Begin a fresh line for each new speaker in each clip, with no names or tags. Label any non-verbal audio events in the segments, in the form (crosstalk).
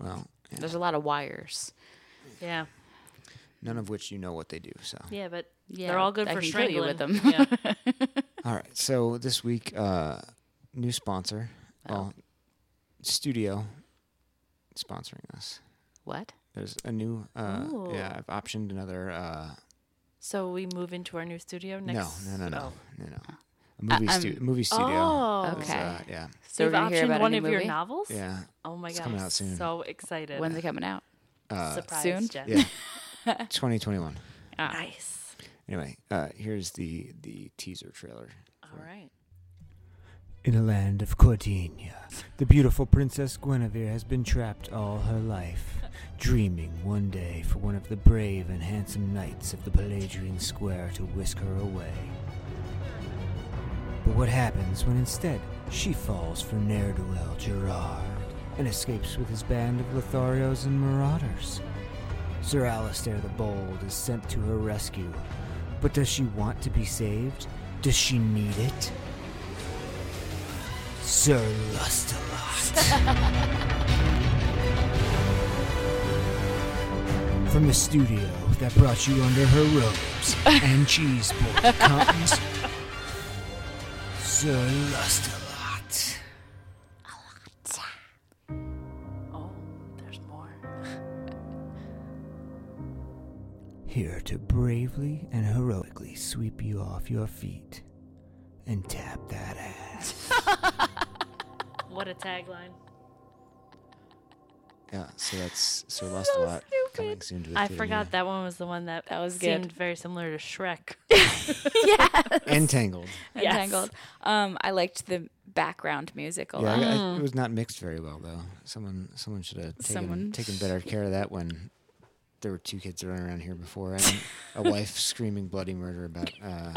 Well, yeah,
There's a lot of wires.
Yeah.
none of which you know what they do. So,
Yeah, but
Yeah,
they're all good
I
for
can kill
strangling.
you with
Yeah.
all right. So this week, uh, new sponsor,
Oh.
well, studio sponsoring us.
(laughs) What?
There's a new. Uh, yeah, I've optioned another. Uh,
(laughs) So we move into our new studio
no,
next.
no, no, no,
Oh. Uh, um,
no, no. A movie, stu-
I'm-
movie studio.
Oh.
It's,
Okay.
uh, yeah.
So
You've
we're gonna hear
optioned
about
one
a
of
new
your
movie?
novels.
Yeah.
Oh my
It's
god!
coming
I'm
out soon. Uh,
So excited.
When's it coming out?
Surprise,
soon?
Jen. (laughs)
Yeah. 2021.
Nice.
Anyway, uh, here's the the teaser trailer.
All right.
In a land of Cordinia, the beautiful Princess Guinevere has been trapped all her life, dreaming one day for one of the brave and handsome knights of the Pelagian Square to whisk her away. But what happens when instead she falls for ne'er do well Gerard and escapes with his band of Lotharios and marauders? Sir Alistair the Bold is sent to her rescue, but does she want to be saved? Does she need it? Sir Lustelat. From the studio that brought you under her robes and cheese board comes Sir Lustelat.
Oh, there's more.
Here to bravely and heroically sweep you off your feet and tap that ass.
What a tagline.
Yeah, so that's so
So
lost a lot coming
stupid.
soon to the
I
theater,
forgot
yeah.
that one was the one that
That was good.
seemed very similar to (laughs) Shrek.
yes.
Entangled.
Yes.
Entangled. Um, I liked the background music a
Yeah,
lot.
I, I, it was not mixed very well though. Someone someone should have taken
Someone-
taken better care of that when there were two kids running around here before and
(laughs)
a wife screaming bloody murder about. Uh,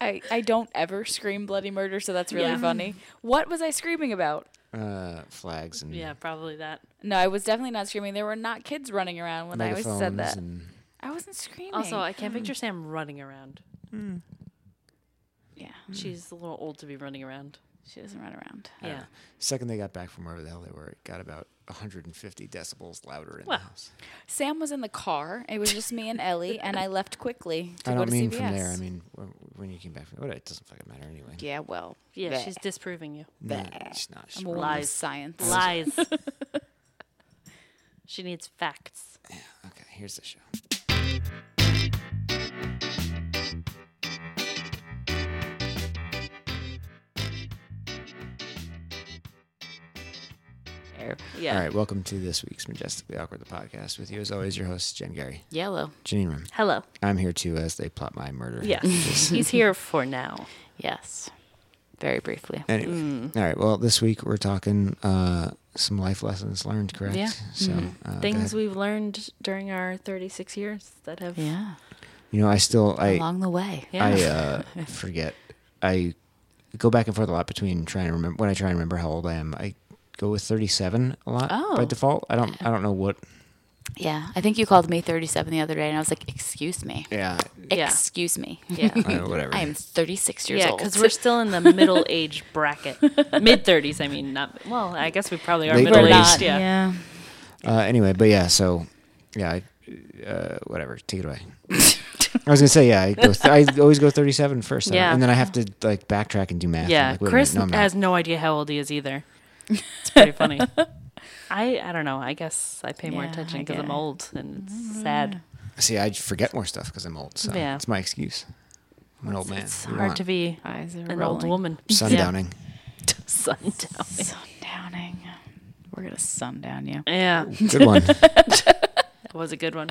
I, I don't ever scream bloody murder, so that's really
Yeah.
funny. What was I screaming about?
uh, flags and
Yeah, probably that.
No, I was definitely not screaming. There were not kids running around when I always
megaphones
said that.
and
I wasn't screaming.
Also, I can't
Hmm.
picture Sam running around.
yeah,
She's a little old to be running around.
she doesn't run around.
Yeah.
second they got back from wherever the hell they were, it got about 150 decibels louder in
Well,
the house.
Sam was in the car. It was just me and
(laughs)
Ellie, and I left quickly to
I
go
don't
to
mean
CVS.
from there. I mean w- when you came back from what it doesn't fucking matter anyway.
yeah, well,
Yeah,
bleh.
she's disproving you.
No, it's
I'm
not. She's
a woman of
lies.
science.
Lies. she needs facts.
Okay, here's the show.
Yeah.
All right, welcome to this week's Majestically Awkward, the podcast. With you, as always, your host, Jen Gary.
Yellow.
Janine Rim.
Hello.
I'm here too as they plot my murder.
Yes. He's here for now. Hmm.
Yes, very briefly.
Anyway, all right, well, this week we're talking uh, some life lessons learned, correct?
Yeah. mm-hmm.
So, uh,
Things
that-
we've learned during our 36 years that have.
Yeah,
you know, I still, I,
along the way.
Yeah. (laughs)
I uh, forget. I go back and forth a lot between trying to remember, when I try and remember how old I am, I go with 37 a lot by
Oh.
default. I don't, I don't know what.
Yeah, I think you called me 37 the other day, and I was like, "Excuse me,
Yeah.
Yeah.
excuse me,
(laughs) I don't know,
(laughs)
whatever.
I am 36 years
Yeah,
old."
because we're still in the
(laughs)
middle age bracket, mid thirties. I mean, not well. I guess we probably are
Late
middle
We're
aged.
not.
Yeah.
yeah.
Uh, anyway, but yeah, so yeah, I, uh, whatever. Take
(laughs)
it away. I was gonna say yeah. I, go th- I always go 37 first, and-
Yeah.
and then I have to like backtrack and do math. I'm
yeah.
like, wait a
Chris
minute, no, I'm not.
has no idea how old he is either. It's pretty
(laughs)
funny. I I don't know. I guess I pay more
Yeah,
attention
I
because
get
I'm
it.
old and it's
Mm-hmm.
sad.
See, I forget more stuff because I'm old. So
Yeah.
it's my excuse. I'm an old man.
It's
What do you
hard
want?
to be
Eyes are
an old woman. (laughs)
sundowning.
Yeah. Sundown.
Sundowning. We're gonna sundown you.
Yeah,
Good one.
that was a good one.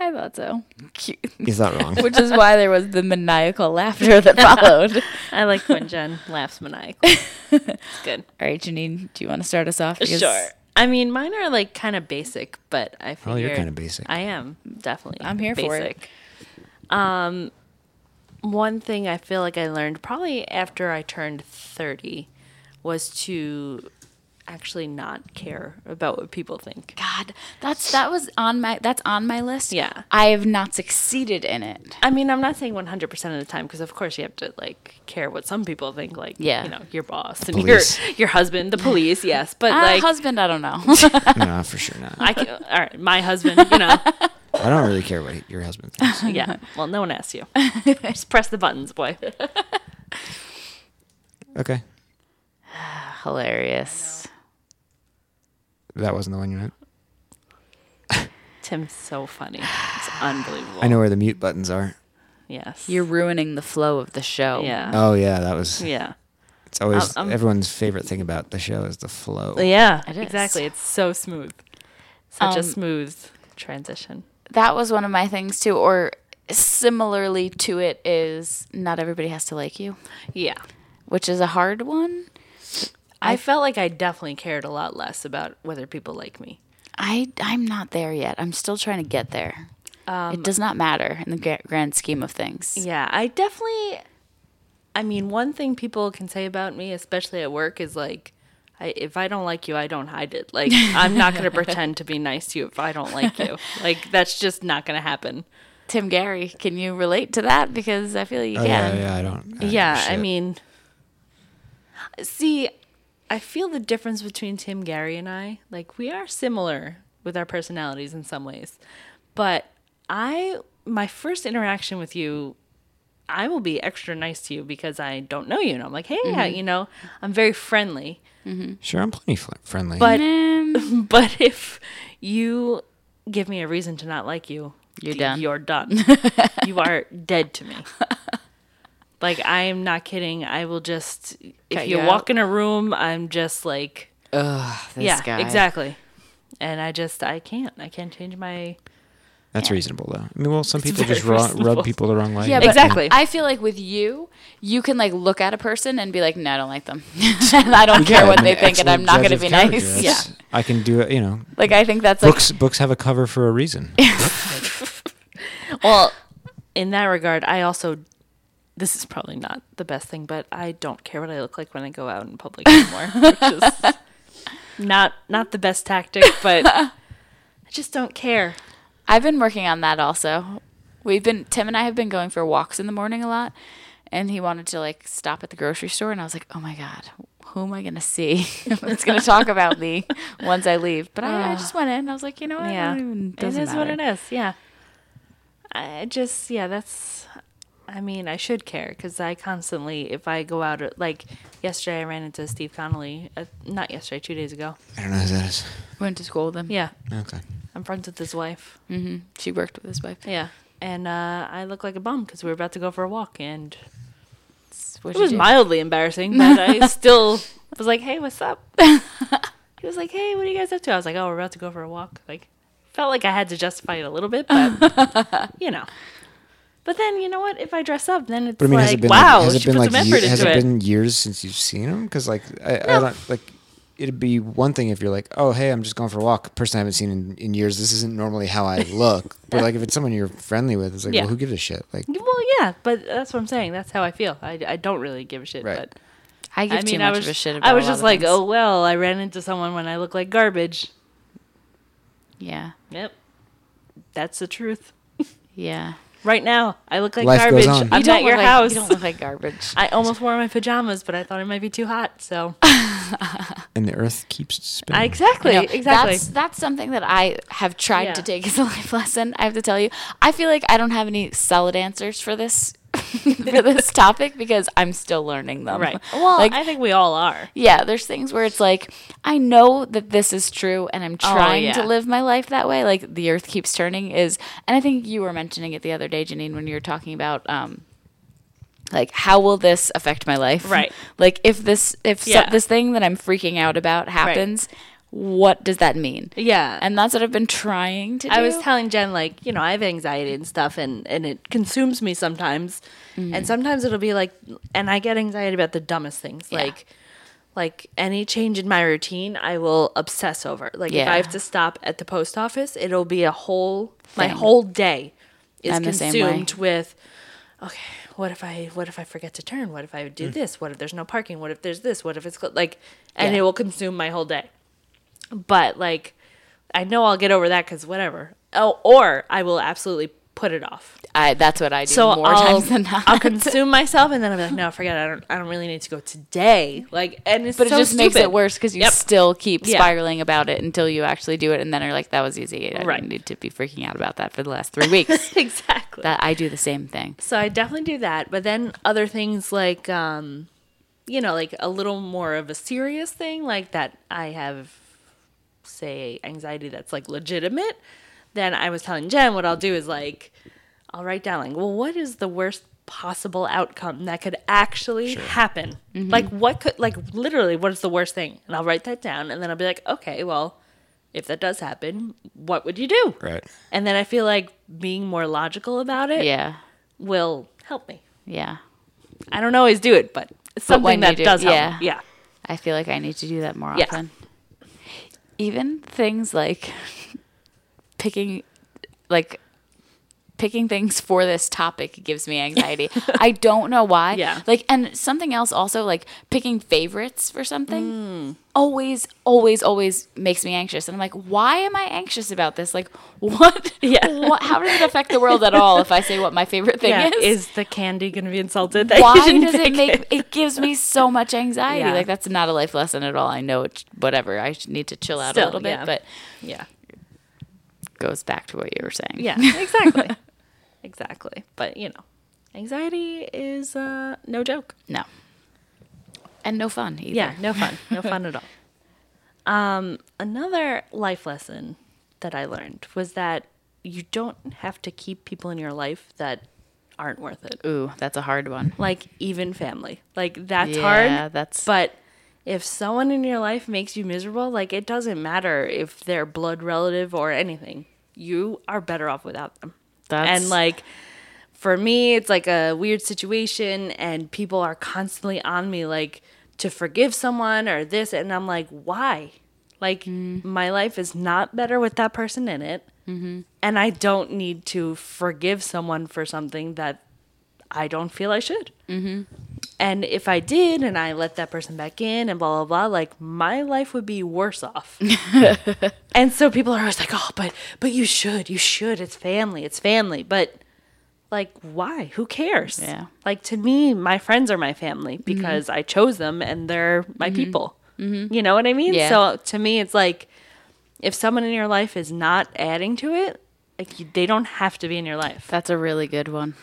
I thought so. Cute.
You thought wrong.
(laughs) Which is why there was the maniacal laughter (laughs) that followed.
I like
(laughs)
when Jen laughs maniacally. It's good.
All right, Janine, do you want to start us off? (laughs) Because
Sure. I mean, mine are like kind of basic, but I figure
Oh, you're kind of basic.
I am definitely.
I'm here for it.
basic. Um, one thing I feel like I learned probably after I turned thirty was to, I actually not care about what people think.
God, that's that was on my that's on my list.
Yeah.
I have not succeeded in it.
I mean, I'm not saying 100 percent of the time because, of course, you have to like care what some people think, like
Yeah.
you know, your boss and your
police.
your husband, the police, yes, but
My
like
Ah, husband, I don't know. (laughs)
no, for sure not.
I can, all right, my husband, you know,
I don't really care what your
(laughs)
husband thinks.
yeah. Well, no one asked you. Just press the buttons, boy.
Okay,
Hilarious.
that wasn't the one you meant.
Tim's so funny. It's unbelievable.
I know where the mute buttons are.
Yes.
You're ruining the flow of the show.
Yeah.
Oh yeah, that was.
yeah.
It's always
Um, um,
everyone's favorite thing about the show is the flow.
Yeah.
It is.
exactly. It's so smooth. Such
Um,
a smooth transition.
that was one of my things too or similarly to it is not everybody has to like you,
Yeah.
which is a hard one.
I felt like I definitely cared a lot less about whether people like me.
I I'm not there yet. I'm still trying to get there. it does not matter in the gra- grand scheme of things.
Um, Yeah, I definitely. I mean, one thing people can say about me, especially at work, is like, I, if I don't like you, I don't hide it. Like, I'm not going to pretend to be nice to you if I don't like you. Like, that's just not going to happen.
Tim Gary, can you relate to that? Because I feel like you
Oh,
can.
yeah, yeah. I don't. I don't
yeah,
give a
I
shit.
mean, see, I feel the difference between Tim, Gary, and I. Like, we are similar with our personalities in some ways, but I, my first interaction with you, I will be extra nice to you because I don't know you, and I'm like, hey, how- you know, I'm very friendly.
sure, I'm plenty fl- friendly.
But
Um,
(laughs) but if you give me a reason to not like you,
You're
d-
done. (laughs)
You're done. you are dead to me. Like I am not kidding. I will just if
Cut
you
you
walk
out.
in a room, I'm just like
Ugh, this
yeah,
guy.
exactly. And I just I can't. I can't change my
that's reasonable though. I mean, well, some people
very
just ru-
reasonable.
rub people the wrong way.
yeah,
and-
but
Exactly.
I feel like with you, you can like look at a person and be like, "No, I don't like them. (laughs) I don't care
Yeah,
what
I'm
they
an
think, and I'm
excellent
not going
judge
to
of
be
character.
nice." Yeah,
That's- I can do it. You know,
like I think that's like
books books have a cover for a reason.
Well, in that regard, I also this is probably not the best thing, but I don't care what I look like when I go out
(laughs)
in public anymore, which is not not the best tactic,
(laughs)
but I just don't care.
I've been working on that also. We've been Tim and I have been going for walks in the morning a lot, and he wanted to like stop at the grocery store, and I was like, "Oh my god, who am I gonna see? (laughs) It's gonna talk about
(laughs)
me once I leave." But I, I just went in. and I was like, you know what?
Yeah,
It even
it is
doesn't
what it
matter."
is. Yeah, I just yeah, that's. I mean, I should care because I constantly, if I go out, like yesterday, I ran into Steve Connolly. Uh, not yesterday, two days ago.
I don't know who that is.
Went to school with him. Mm-hmm.
Yeah,
Okay.
I'm friends with his wife.
She worked with his wife,
Yeah. And uh, I look like a bum because we were about to go for a walk, and
which
it was mildly
(laughs)
embarrassing, but I still was like, "Hey, what's up?" he was like, "Hey, what are you guys up to?" I was like, "Oh, we're about to go for a walk." Like, felt like I had to justify it a little bit, but
(laughs)
you know. But then you know what? If I dress up, then it's
But I mean,
like,
has it been
wow,
like, has it
she
been
put
like
some
ye-
effort
has
into
it
it.
been years since you've seen him? Because like I, I don't like it'd be one thing if you're like, oh hey, I'm just going for a walk. Person I haven't seen in, in years. This isn't normally how I look. but like if it's someone you're friendly with, it's like,
Yeah.
well, who gives a shit? Like
Well, yeah, but that's what I'm saying. That's how I feel. I, I don't really give a shit.
Right.
But
I give
I
too
mean, I
much
was
of a shit. About
I was
a lot
just
of
like,
things.
oh well, I ran into someone when I look like garbage.
yeah,
Yep, that's the truth.
yeah.
Right now, I look like
Life
garbage.
goes on. You
I'm
don't
at your
look like-
house.
You don't look like garbage.
(laughs) I almost wore my pajamas, but I thought it might be too hot. (laughs) So
and the earth keeps
I,
spinning.
exactly,
No,
exactly.
That's that's something that I have tried
Yeah.
to take as a life lesson. I have to tell you, I feel like I don't have any solid answers for this (laughs) for
(laughs)
this topic because I'm still learning them.
right. Well,
like,
I think we all are.
yeah, there's things where it's like I know that this is true, and I'm trying to
Oh, yeah.
live my life that way. Like the Earth keeps turning is, and I think you were mentioning it the other day, Janine, when you were talking about. um like how will this affect my life
Right.
like if this if so-
Yeah.
this thing that i'm freaking out about happens what does that mean
Yeah.
and that's what I've been trying to do.
I was telling Jen, like, you know, I have anxiety and stuff, and, and it consumes me sometimes. And sometimes it'll be like, and I get anxiety about the dumbest things. Like, like any change in my routine, I will obsess over. Like, if
Yeah.
I have to stop at the post office, it'll be a whole, my
Thing.
whole day is
I'm the same way.
consumed with, okay, what if I what if I forget to turn? What if I
Mm.
do this? What if there's no parking? What if there's this? What if it's clo-" like and
Yeah.
it will consume my whole day. But like I know I'll get over that cuz whatever. Oh, or I will absolutely put it off.
I, that's what I do
So
more (laughs)
I'll,
times than not.
I'll consume myself and then I'll be like, no, forget it. I don't I don't really need to go today. Like and it's
but it
so
just makes
stupid.
it worse because you
Yep.
still keep
Yeah.
spiraling about it until you actually do it, and then are like, "That was easy. I
Right.
didn't need to be freaking out about that for the last three
(laughs)
weeks."
(laughs) exactly.
that I do the same
(laughs)
thing.
So I definitely do that. But then other things like, um, you know, like a little more of a serious thing, like that I have, say, anxiety that's like legitimate. Then I was telling Jen what I'll do is like, I'll write down, like, well, what is the worst possible outcome that could actually happen? Like, what could, like, literally, what is the worst thing? And I'll write that down. And then I'll be like, okay, well, if that does happen, what would you do?
Right.
And then I feel like being more logical about it
Yeah,
will help me.
yeah.
I don't always do it, but it's
But
something
when
that
you do,
does help.
yeah.
me. Yeah.
I feel like I need to do that more
Yeah.
often. Even things like (laughs) picking like picking things for this topic gives me
(laughs)
anxiety. I don't know why.
Yeah.
Like and something else also like picking favorites for something
Mm.
always always always makes me anxious. And I'm like, "Why am I anxious about this? Like (laughs) what
Yeah.
what how does it affect the world at all if I say what my favorite thing
Yeah.
is?
Is the candy going to be insulted? That
why
you didn't
does it
pick
make it. gives me so much anxiety
Yeah.
like that's not a life lesson at all i know it's whatever i should need to chill out
Still,
a little bit
yeah.
but
Yeah.
goes back to what you were saying
(laughs) Yeah. (laughs) Exactly. exactly. But, you know, anxiety is uh, no joke.
no and no fun either
Yeah. No fun. (laughs) No fun at all. Um, another life lesson that I learned was that you don't have to keep people in your life that aren't worth it.
ooh that's a hard one
like even family. Like that's
Yeah,
hard.
that's-
but if someone in your life makes you miserable, like it doesn't matter if they're blood relative or anything. You are better off without them.
That's-
and like for me, it's like a weird situation, and people are constantly on me like to forgive someone or this, and I'm like, why? Like
Mm.
my life is not better with that person in it,
Mm-hmm.
and I don't need to forgive someone for something that I don't feel I should. And if I did and I let that person back in and blah, blah, blah, like my life would be
(laughs)
worse off. and so people are always like, oh, but, but you should, you should. It's family, it's family. But like, why? Who cares?
Yeah. Mm-hmm.
Like to me, my friends are my family because I chose them and they're my people. You know what I mean?
Mm-hmm. Yeah.
So to me, it's like if someone in your life is not adding to it, like you, they don't have to be in your life.
that's a really good one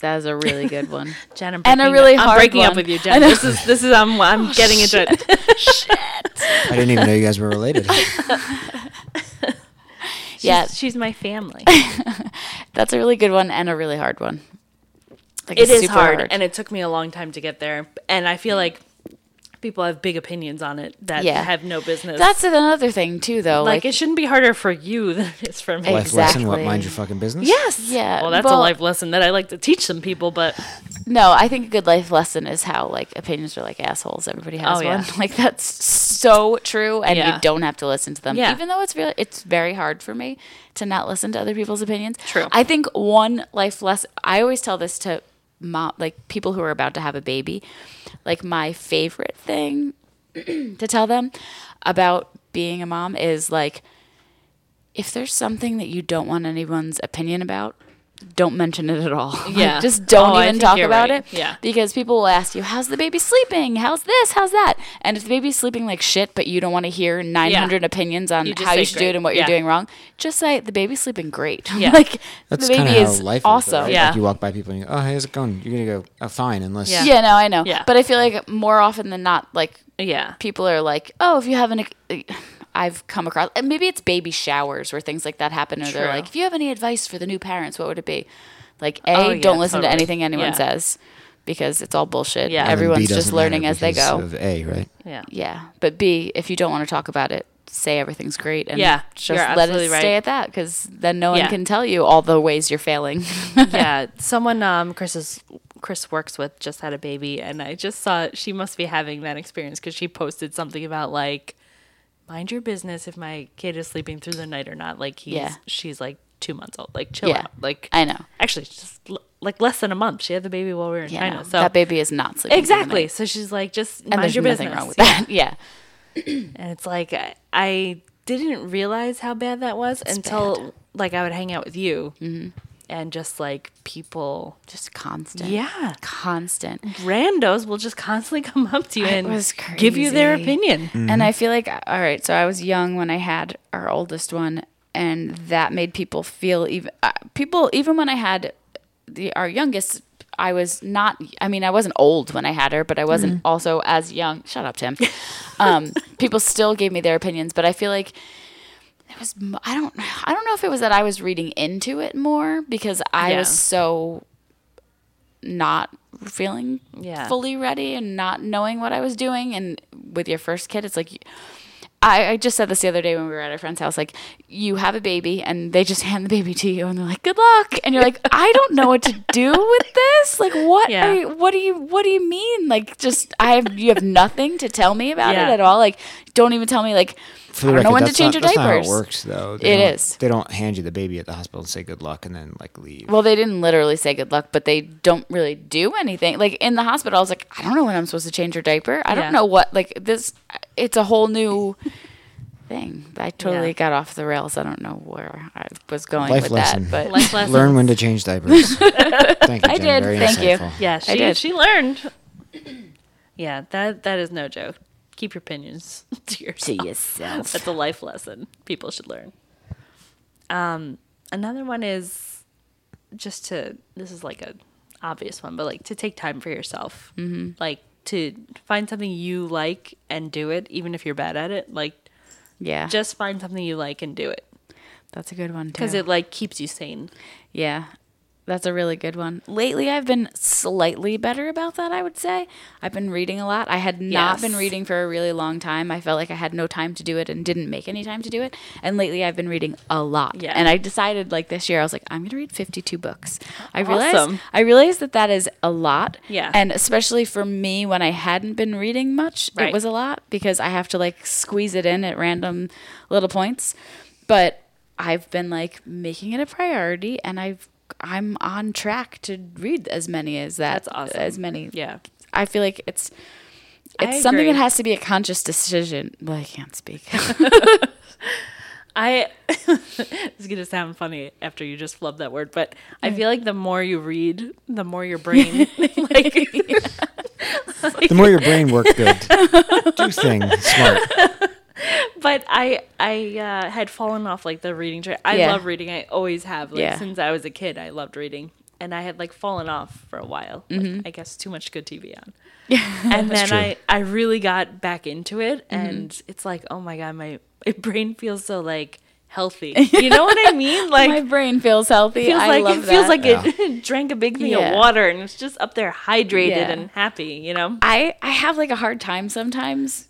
that is a really good
(laughs)
one
Jen, I'm
And a
breaking
really
up. I'm
hard
breaking up
one.
with you,
I
Jen.
know. Oh,
This is this is I'm
(laughs)
I'm getting into it.
I didn't even know you guys were related.
yeah
She's, she's my (laughs) family.
that's a really good one and a really hard one like
It
it's
is
super
hard, Mm. and it took me a long time to get there. And I feel like people have big opinions on it that
Yeah.
have no business.
that's another thing too though
like,
like,
it shouldn't be harder for you (laughs) than it is for me.
Life lesson: What
Exactly.
mind your fucking business?
Yes.
Yeah,
Well, that's a
well-
life lesson that I like to teach some people, but
No, I think a good life lesson is how like opinions are like assholes. Everybody has
Oh,
one. (laughs)
yeah.
Like that's so true, and
Yeah.
you don't have to listen to them.
Yeah.
Even though it's real, it's very hard for me to not listen to other people's opinions.
True.
I think one life lesson. I always tell this to mom, like people who are about to have a baby. Like my favorite thing to tell them about being a mom is like if there's something that you don't want anyone's opinion about, don't mention it at all. (laughs) Like,
Yeah.
just don't
Oh, I
even
think
talk
you're
about
right.
it.
Yeah.
Because people will ask you, how's the baby sleeping? How's this? How's that? And if the baby's sleeping like shit, but you don't want to hear 900 opinions on
You just
how
say
you should do
great.
it and what
Yeah.
you're doing wrong, just say, the baby's sleeping great. (laughs)
Yeah.
like,
That's
the
kind of
baby
how
is
life is. though,
awesome.
right?
Yeah.
Like you walk by people and you go, "Oh, hey, how's it going?" You're gonna go, "Oh, fine," unless
Yeah.
Yeah, no, I know.
Yeah.
But I feel like more often than not, like,
yeah.
people are like, oh, if you have an, (sighs) I've come across, and maybe it's baby showers where things like that happen, or
True.
they're like, if you have any advice for the new parents, what would it be? Like, A,
Oh, yeah,
don't listen
totally.
to anything anyone
Yeah.
says because it's all bullshit.
Yeah. And then B
Everyone's just
doesn't matter
learning as they
because
go.
Of A, right?
Yeah.
yeah. But B, if you don't want to talk about it, say everything's great and
Yeah,
just
you're
let
absolutely
it
right.
stay at that because then no one
Yeah.
can tell you all the ways you're failing. (laughs)
(laughs) yeah, someone um Chris's Chris works with just had a baby, and I just saw she must be having that experience because she posted something about like, mind your business if my kid is sleeping through the night or not. Like he's
Yeah.
she's like two months old. Like chill
Yeah.
out. Like
I know.
Actually, it's just l- like less than a month. She had the baby while we were in
Yeah,
China.
no,
so
that baby is not sleeping. through the
exactly.
night.
So she's like, just mind
And there's
your
nothing
business.
wrong with that. (laughs) Yeah.
And it's like I, I didn't realize how bad that was until
bad. Mm-hmm.
like I would hang out with you and just like people.
Just constant.
Yeah.
Constant.
randos will just constantly (laughs) come up to you
It
and
was
give you their
crazy.
opinion.
(laughs) And I feel like, all right, so I was young when I had our oldest one, and that made people feel even, uh, people, even when I had the, our youngest, I was not, I mean, I wasn't old when I had her, but I wasn't also as young. Shut up, Tim. um, people still gave me their opinions, but I feel like it was, m- I don't, I don't know if it was that I was reading into it more because I
Yeah.
was so not feeling
Yeah.
fully ready and not knowing what I was doing. And with your first kid, it's like, I, I just said this the other day when we were at a friend's house. Like, you have a baby, and they just hand the baby to you, and they're like, "Good luck," and you're like, "I don't know what to do with this. Like, what?
Yeah.
Are you, what do you? What do you mean? Like, just I have you have nothing to tell me about
Yeah.
it at all. Like, don't even tell me. Like,
For
I
the
don't know
record,
when to
that's
change
not-
your
that's not how
diapers.
it works, though.
It
They don't-
is.
They don't hand you the baby at the hospital and say good luck and then like leave.
Well, they didn't literally say good luck, but they don't really do anything. Like in the hospital, I was like, I don't know when I'm supposed to change your diaper. I
Yeah.
don't know what like this. It's a whole new thing. I totally
Yeah.
got off the rails. I don't know where I was going
Life
with
lesson.
that, but
Life lessons.
Learn when to
(laughs)
change diapers. Thank you,
I did.
Jen. Very
Thank you.
insightful.
Yeah,
I
she
did.
she learned. (clears throat) yeah, that that is no joke. Keep your opinions (laughs) to yourself.
to yourself.
That's a life lesson people should learn. Um, another one is just to this is like a obvious one, but like to take time for yourself, mm-hmm. like to find something you like and do it, even if you're bad at it. Like
(laughs) Yeah,
just find something you like and do it
that's a good one too.
because it like keeps you sane.
Yeah. That's a really good one. Lately, I've been slightly better about that, I would say. I've been reading a lot. I had not
Yes.
been reading for a really long time. I felt like I had no time to do it and didn't make any time to do it. And lately, I've been reading a lot.
Yeah.
And I decided, like this year, I was like, I'm going to read 52 books. I realized,
Awesome.
I realized that that is a lot.
Yeah.
And especially for me, when I hadn't been reading much,
Right.
it was a lot because I have to like squeeze it in at random little points. But I've been like making it a priority, and I've I'm on track to read as many as that.
That's awesome.
As many.
Yeah.
I feel like it's
I
it's something
agree.
that has to be a conscious decision. Well, I can't speak. (laughs)
I (laughs) it's gonna sound funny after you just flub that word, but I feel like the more you read, the more
(laughs)
your brain like
The more your brain
(laughs)
work good, do thing smart.
but I I uh, had fallen off like the reading train. I
Yeah.
love reading. I always have. Like
Yeah.
since I was a kid, I loved reading, and I had like fallen off for a while. Like,
Mm-hmm.
I guess too much good TV on. (laughs) and then
true.
I I really got back into it,
Mm-hmm.
and it's like oh my god, my my brain feels so like
(laughs)
healthy. You know what I mean? Like
My brain feels healthy.
feels
I
like
love
it feels
that.
like it (laughs) drank a big thing
Yeah.
of water and it's just up there hydrated
Yeah.
and happy, you know?
I I have like a hard time sometimes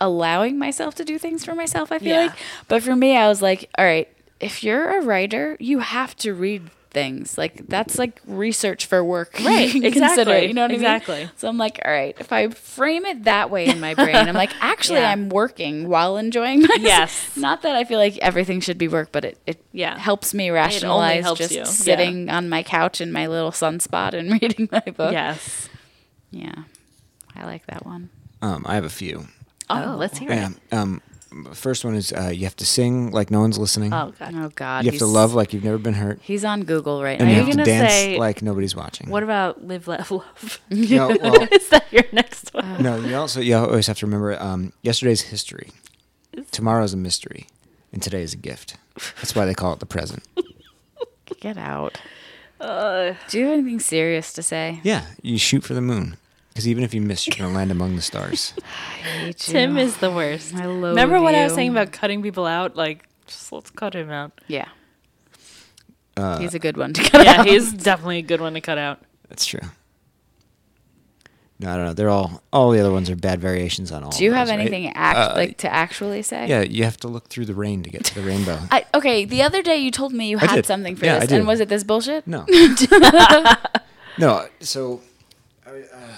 allowing myself to do things for myself. I feel
Yeah.
like, but for me, I was like, all right, if you're a writer, you have to read things. Like that's like research for work, (laughs)
Right,
You can
exactly,
you know what I mean?
exactly.
So I'm like, all right, if I frame it that way in my brain, I'm
(laughs)
like, actually,
Yeah.
I'm working while enjoying (laughs) myself.
Yes.
Not that I feel like everything should be work, but it it
Yeah.
helps me rationalize
helps
just
you, yeah.
sitting on my couch in my little sunspot and (laughs) reading my book.
Yes.
Yeah. I like that one.
Um, I have a few.
Oh, let's hear
Yeah. Um, first one is uh, you have to sing like no one's listening.
Oh god.
Oh God,
you have to
he's-
love like you've never been hurt,
He's on Google right
and you
now.
have to
gonna
dance
say-
like nobody's watching.
What about live laugh love? (laughs)
No, well,
Is that your next one?
no. You also you always have to remember um, yesterday's history, tomorrow's a mystery, and today is a gift. That's why they call it the present.
Get out.
Uh,
Do you have anything serious to say? (laughs)
Yeah, you shoot for the moon because even if you miss, you're gonna land among the
(laughs)
stars.
I hate you.
Tim is the worst.
I loathe
Remember what I was
you.
saying about cutting people out? Like, just let's cut him
(laughs)
out.
Yeah.
Uh,
he's a good one (laughs) to cut
Yeah,
out.
he's definitely a good one to cut out.
That's true. No, I don't know. They're all all the other ones are bad variations on all.
Do you
of
have
those, right?
anything act
Uh,
like to actually say?
Yeah, you have to look through the rain to get to the
(laughs)
rainbow.
I, okay, the other day you told me you
I
had
did.
something for
Yeah,
this,
I
and
do.
was it this bullshit? (laughs)
No. no. So, uh,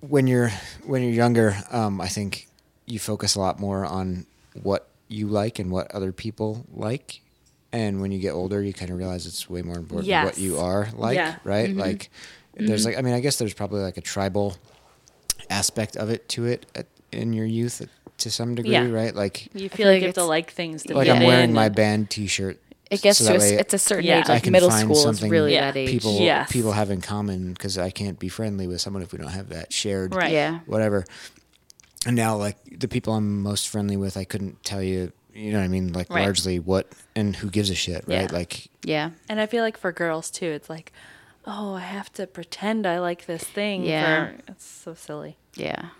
when you're when you're younger, um, I think you focus a lot more on what you like and what other people like, And when you get older, you kind of realize it's way more important
Yes.
what you are like,
Yeah.
right?
Mm-hmm.
Like, there's like, I mean, I guess there's probably like a tribal aspect of it to it at, in your youth to some degree,
Yeah.
right? Like,
You
feel
feel like
like
you have to
it's-
like things to
like
fit
I'm wearing
in
my
and-
band T-shirt.
It gets
so
to
that
a, s-
way
it's a certain
Yeah.
age.
I
Like
can
middle
find
school is
something
really
Yeah.
that age.
people
Yes.
people have in common because I can't be friendly with someone if we don't have that shared
Right.
Yeah.
whatever. And now, like the people I'm most friendly with, I couldn't tell you. You know what I mean? Like
Right.
largely what and who gives a shit, right?
Yeah.
Like
Yeah.
And I feel like for girls too, it's like, oh, I have to pretend I like this thing.
Yeah.
for- it's so silly.
Yeah.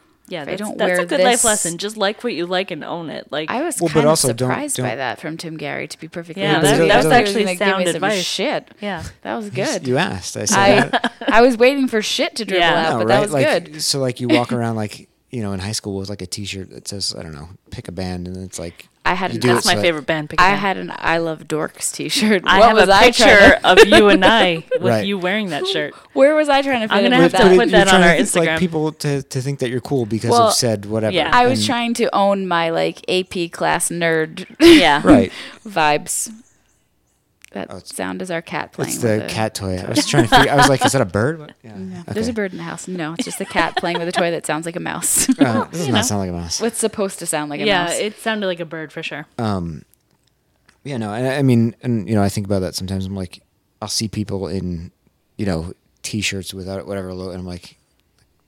If
Yeah,
I
that's,
don't
that's
wear
a good life
this-
lesson. Just like what you like and own it. Like
I was
Well, but
kind of
also don't-
surprised by
don't-
that from Tim Gary, to be perfectly
Yeah,
honest.
that-
with
that
you.
was
He
actually
gonna give me
sound
some
advice.
Shit.
yeah,
That was good.
you asked, I said, that.
I I was waiting for shit to dribble
Yeah.
out,
No,
but
right?
that was
like,
good.
So like you walk around like you know in high school with like a T-shirt that says I don't know, pick a band, and it's like
I had
you
an,
do
that's
it,
my
so-
favorite band. Pick a
I
band.
had an I love dorks T-shirt.
I
What
have
was
a
I trying
picture
to-
of you
(laughs)
and I with
Right.
you wearing that (laughs) shirt.
where was I trying to? Fit
I'm
in
gonna
with
have to
that?
put
you're
that on
trying
our
to- it's Like
Instagram.
people to, to think that you're cool because
Well,
of said whatever.
yeah.
I was
And-
trying to own my like AP class nerd
Yeah,
Right.
(laughs) vibes. That
Oh, it's-
sound is our cat playing.
It's
with
the
a-
cat toy. I
(laughs)
was trying to figure. I was like, is that a bird? What? Yeah.
No, There's a bird in the house. No, it's just the cat playing with a toy that sounds like a
(laughs)
mouse.
Uh, this does not sound like a mouse.
What's supposed to sound like a
yeah,
mouse?
it sounded like a bird for sure.
Um, Yeah, no, and I I mean, and you know, I think about that sometimes. I'm like, I'll see people in, you know, t-shirts without whatever logo, and I'm like,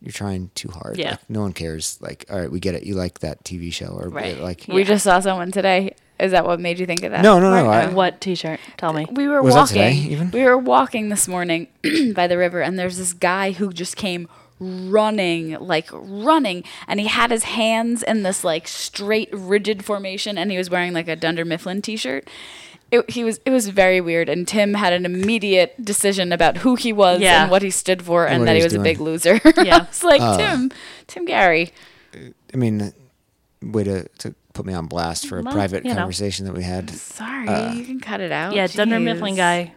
you're trying too hard.
Yeah.
Like, no one cares. Like, all right, we get it. You like that TV show, or
Right.
like,
We just saw someone today. Is that what made you think of that?
no, no, no. I,
what T-shirt? Tell me.
We were
Was that
walking.
today, even?
We were walking this morning (clears throat) by the river, and there's this guy who just came running, like running, and he had his hands in this like straight, rigid formation, and he was wearing like a Dunder Mifflin T-shirt. It, he was it was very weird, and Tim had an immediate decision about who he was
Yeah.
and what he stood for, and,
what
that
he
he
was
was a big
doing. Uh.
loser. (laughs)
Yeah.
I was like Tim, Tim Gary.
I mean, way to, to put me on blast for a
Well,
private
you know.
conversation that we had.
Sorry, you can cut it out.
yeah, Dunder
Jeez.
Mifflin guy.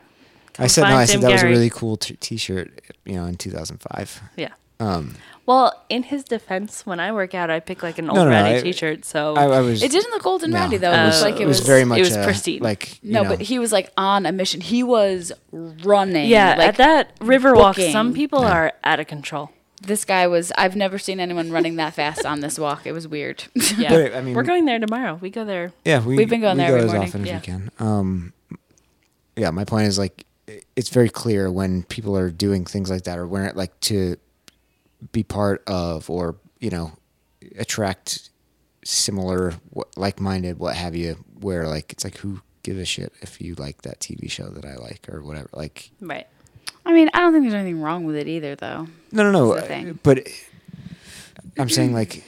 I said no.
find
I said
Tim
that was a
Gary.
really cool t- t-shirt. You know, in 2005.
Yeah.
Um,
Well, in his defense, when I work out, I pick like an old
no, no,
ratty
I-
T-shirt. So
I, I was.
It didn't look old and
no,
rowdy though.
It was,
looked like
it was very much
it was
uh,
pristine.
Like you
No,
know,
but he was like on a mission. He was running.
yeah,
like
at that Riverwalk,
booking.
some people are out of control.
this guy was. I've never seen anyone running that fast on this walk. It was weird. (laughs)
Yeah,
But, I mean-
we're going there tomorrow. We go there.
Yeah, we,
We've been going
we
there
go
every
as
morning,
often as
yeah.
we can. Um, yeah, my point is like i- it's very clear when people are doing things like that or when it like to be part of or you know attract similar what, like-minded what have you where like it's like who gives a shit if you like that TV show that I like or whatever like
Right.
I mean, I don't think there's anything wrong with it either, though.
no, no, no.
That's the
uh,
thing.
But I'm saying like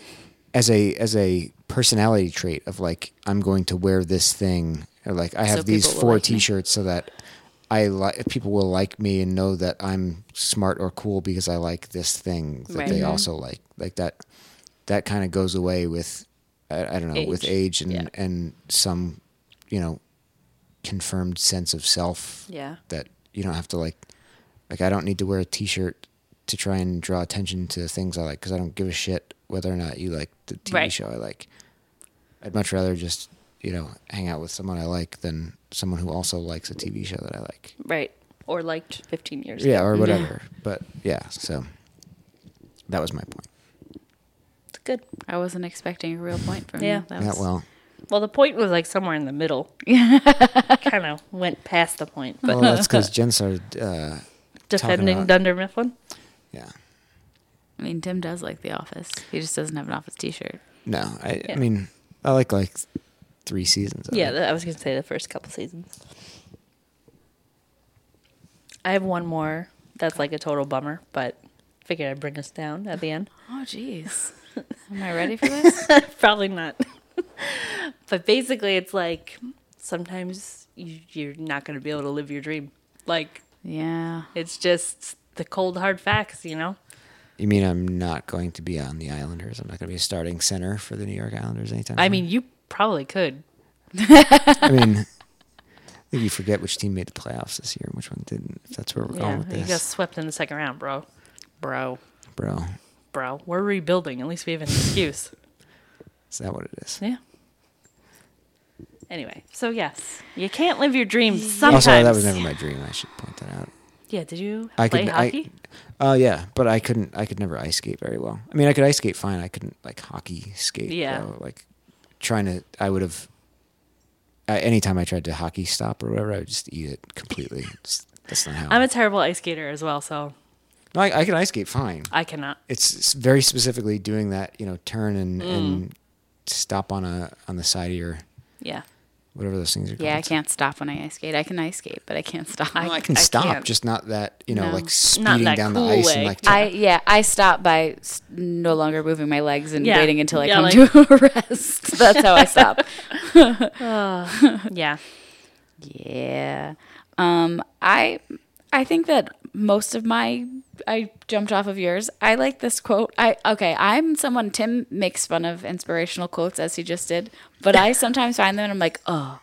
as a as a personality trait of like I'm going to wear this thing or like I have
So
these
people will
four
like me.
t-shirts so that I like people will like me and know that I'm smart or cool because I like this thing that
Right.
they
Mm-hmm.
Mhm.
also like. Like that that kind of goes away with I, I don't know with
Age.
age and
Yeah.
and some you know confirmed sense of self
Yeah.
that you don't have to like like I don't need to wear a t-shirt to try and draw attention to the things I like cuz I don't give a shit whether or not you like the TV
Right.
show I like. I'd much rather just, you know, hang out with someone I like than someone who also likes a TV show that I like.
Right. Or liked 15 years
Yeah,
ago.
or whatever. But yeah, so that was my point.
It's good.
I wasn't expecting a real point from
Yeah.
you. That
Yeah,
was-
well,
Well, the point was like somewhere in the (laughs) middle. kind of went past the point. But
well, that's cuz Jen started uh
defending
about-
Dunder Mifflin?
yeah.
I mean, Tim does like The Office. He just doesn't have an Office T-shirt.
No, I
Yeah.
I mean, I like like 3 seasons of
Yeah,
it.
th- I was going to say the first couple seasons. I have one more that's like a total bummer, but figured I'd bring us down at the end.
Oh, jeez. (laughs) Am I ready for this?
(laughs) Probably not. (laughs) but basically, it's like sometimes you, you're not going to be able to live your dream. Like,
yeah.
it's just the cold, hard facts, you know?
You mean I'm not going to be on the Islanders? I'm not going to be a starting center for the New York Islanders anytime.
I
soon?
mean, you probably could.
I
(laughs)
mean, I think you forget which team made the playoffs this year and which one didn't. If that's where
Oh,
we're going
Yeah,
with
you
this,
got swept in the second round, bro. Bro.
bro,
Bro.
(laughs)
We're rebuilding. At least we have an excuse.
is that what it is?
yeah. Anyway, so yes, you can't live your dreams sometimes.
Also, that was never my dream. I should point that out.
yeah, did you
I
play
could,
hockey?
I, uh, yeah, but I couldn't. I could never ice skate very well. I mean, I could ice skate fine. I couldn't like hockey skate.
Yeah.
though. like trying to, I would have. I, anytime I tried to hockey stop or whatever, I would just eat it completely. It's- that's not how.
I'm a terrible ice skater as well, so
no, I, I can ice skate fine.
I cannot.
It's s- very specifically doing that, you know, turn and, and stop on a on the side of your
Yeah.
whatever those things are called.
Yeah, I can't stop when I ice skate. I can ice skate, but I can't stop.
No, I
I,
can
I
stop,
can't.
just not that you know,
No.
like
Not
speeding
that
down
cool
the ice
way.
and like.
yeah, I stop by s- no longer moving my legs and
Yeah.
waiting until I
Yeah,
come
(laughs) like-
to a (laughs) rest. That's how I stop.
(laughs) Yeah.
yeah. Um, I I think that most of my I jumped off of yours. I like this quote. I okay, I'm someone Tim makes fun of inspirational quotes as he just did, but
(laughs)
I sometimes find them and I'm like, "Oh,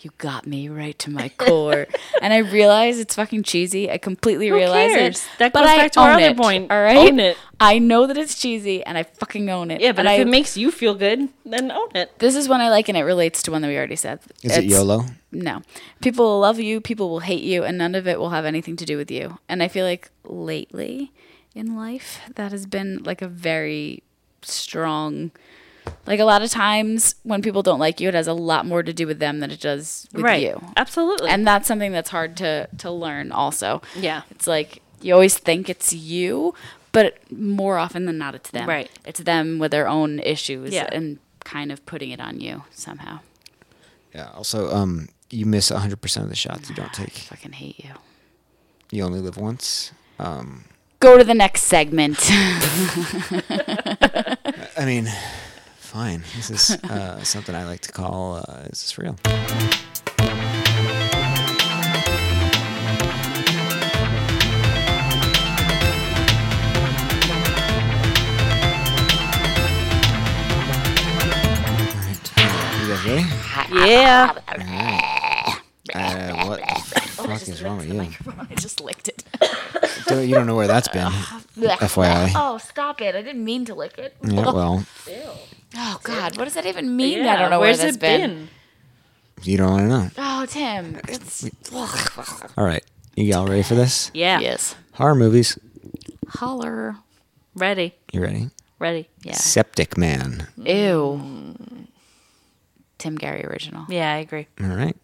you got me right to my
(laughs)
core." and I realize it's fucking cheesy. I completely realize
cares?
it.
That
but
goes
I
back to our
own
other
it,
point.
All right?
Own it.
I know that it's cheesy and I fucking own it.
Yeah, but
And
if
I-
it makes you feel good, then own it.
this is one I like, and it relates to one that we already said.
Is it
It's-
YOLO?
No. People will love you, people will hate you, and none of it will have anything to do with you. And I feel like lately in life, that has been like a very strong. Like a lot of times when people don't like you, it has a lot more to do with them than it does with
right.
you.
Absolutely.
And that's something that's hard to to learn also.
Yeah.
It's like you always think it's you, but more often than not it's them.
Right.
It's them with their own issues
Yeah.
and kind of putting it on you somehow.
Yeah. Also, um, you miss 100% of the shots you don't take.
(sighs) Fucking hate you.
You only live once. Um,
Go to the next segment.
I mean, fine. This is uh, something I like to call uh, is this real? Alright, uh, you guys ready?
yeah.
Uh, what the fuck is wrong with you?
(laughs) I just licked it.
Don't- you don't know where that's been, FYI.
Oh, stop it. I didn't mean to lick it.
Yeah, well,
Oh, God. What does that even mean? I
Yeah,
don't know
Where's
where that's
it been?
you don't want to know.
Oh, Tim. It's,
All right, you all ready for this?
Yeah.
Yes.
Horror movies.
Holler.
Ready.
You ready?
Ready.
Yeah.
Septic Man.
Ew. Tim Gary original.
Yeah, I agree.
All right.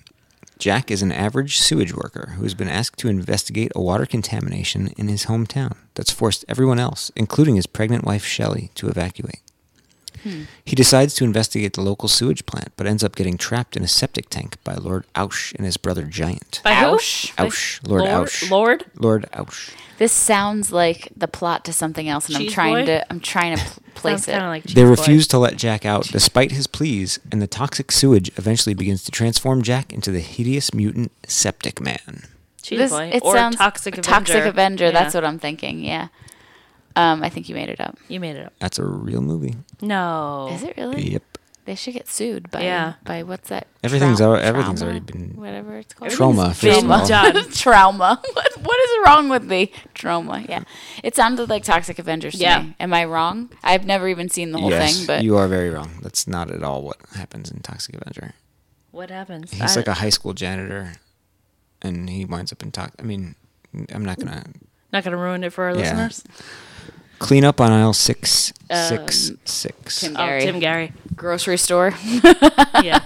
Jack is an average sewage worker who has been asked to investigate a water contamination in his hometown that's forced everyone else, including his pregnant wife Shelley, to evacuate. He decides to investigate the local sewage plant, but ends up getting trapped in a septic tank by Lord Ausch and his brother Giant.
By who?
Ouch.
Ausch, Lord,
Lord-
Ausch,
Lord?
Lord Ausch.
This sounds like the plot to something else, and I'm
Cheese
trying
boy?
to I'm trying to
(laughs)
pl- place
Sounds
it.
kinda like
They
Cheese Boy.
refuse to let Jack out despite his pleas, and the toxic sewage eventually begins to transform Jack into the hideous mutant Septic Man.
Cheese
This-
Boy.
it
or
sounds
Toxic Avenger.
Toxic Avenger. That's
Yeah.
what I'm thinking. Yeah. Um, I think you made it up.
you made it up.
That's a real movie.
No.
Is it really?
Yep.
They should get sued by
Yeah.
by what's that?
Everything's
Trau-
al- everything's
trauma?
already been-
whatever it's called.
Trauma, first of
been
all.
(laughs)
done.
trauma. What, what is wrong with me? Trauma. Yeah. It sounded like Toxic Avengers.
Yeah.
Yeah. To me. Am I wrong? I've never even seen the whole
yes,
thing, but
you are very wrong. That's not at all what happens in Toxic Avenger.
What happens?
He's
I-
like a high school janitor, and he winds up in toxic. I mean, I'm not gonna
Not going to ruin it for our
Yeah.
listeners.
clean up on aisle six, six, six.
Tim
Oh,
Gary.
Tim Gary. (laughs)
grocery store. (laughs)
Yeah.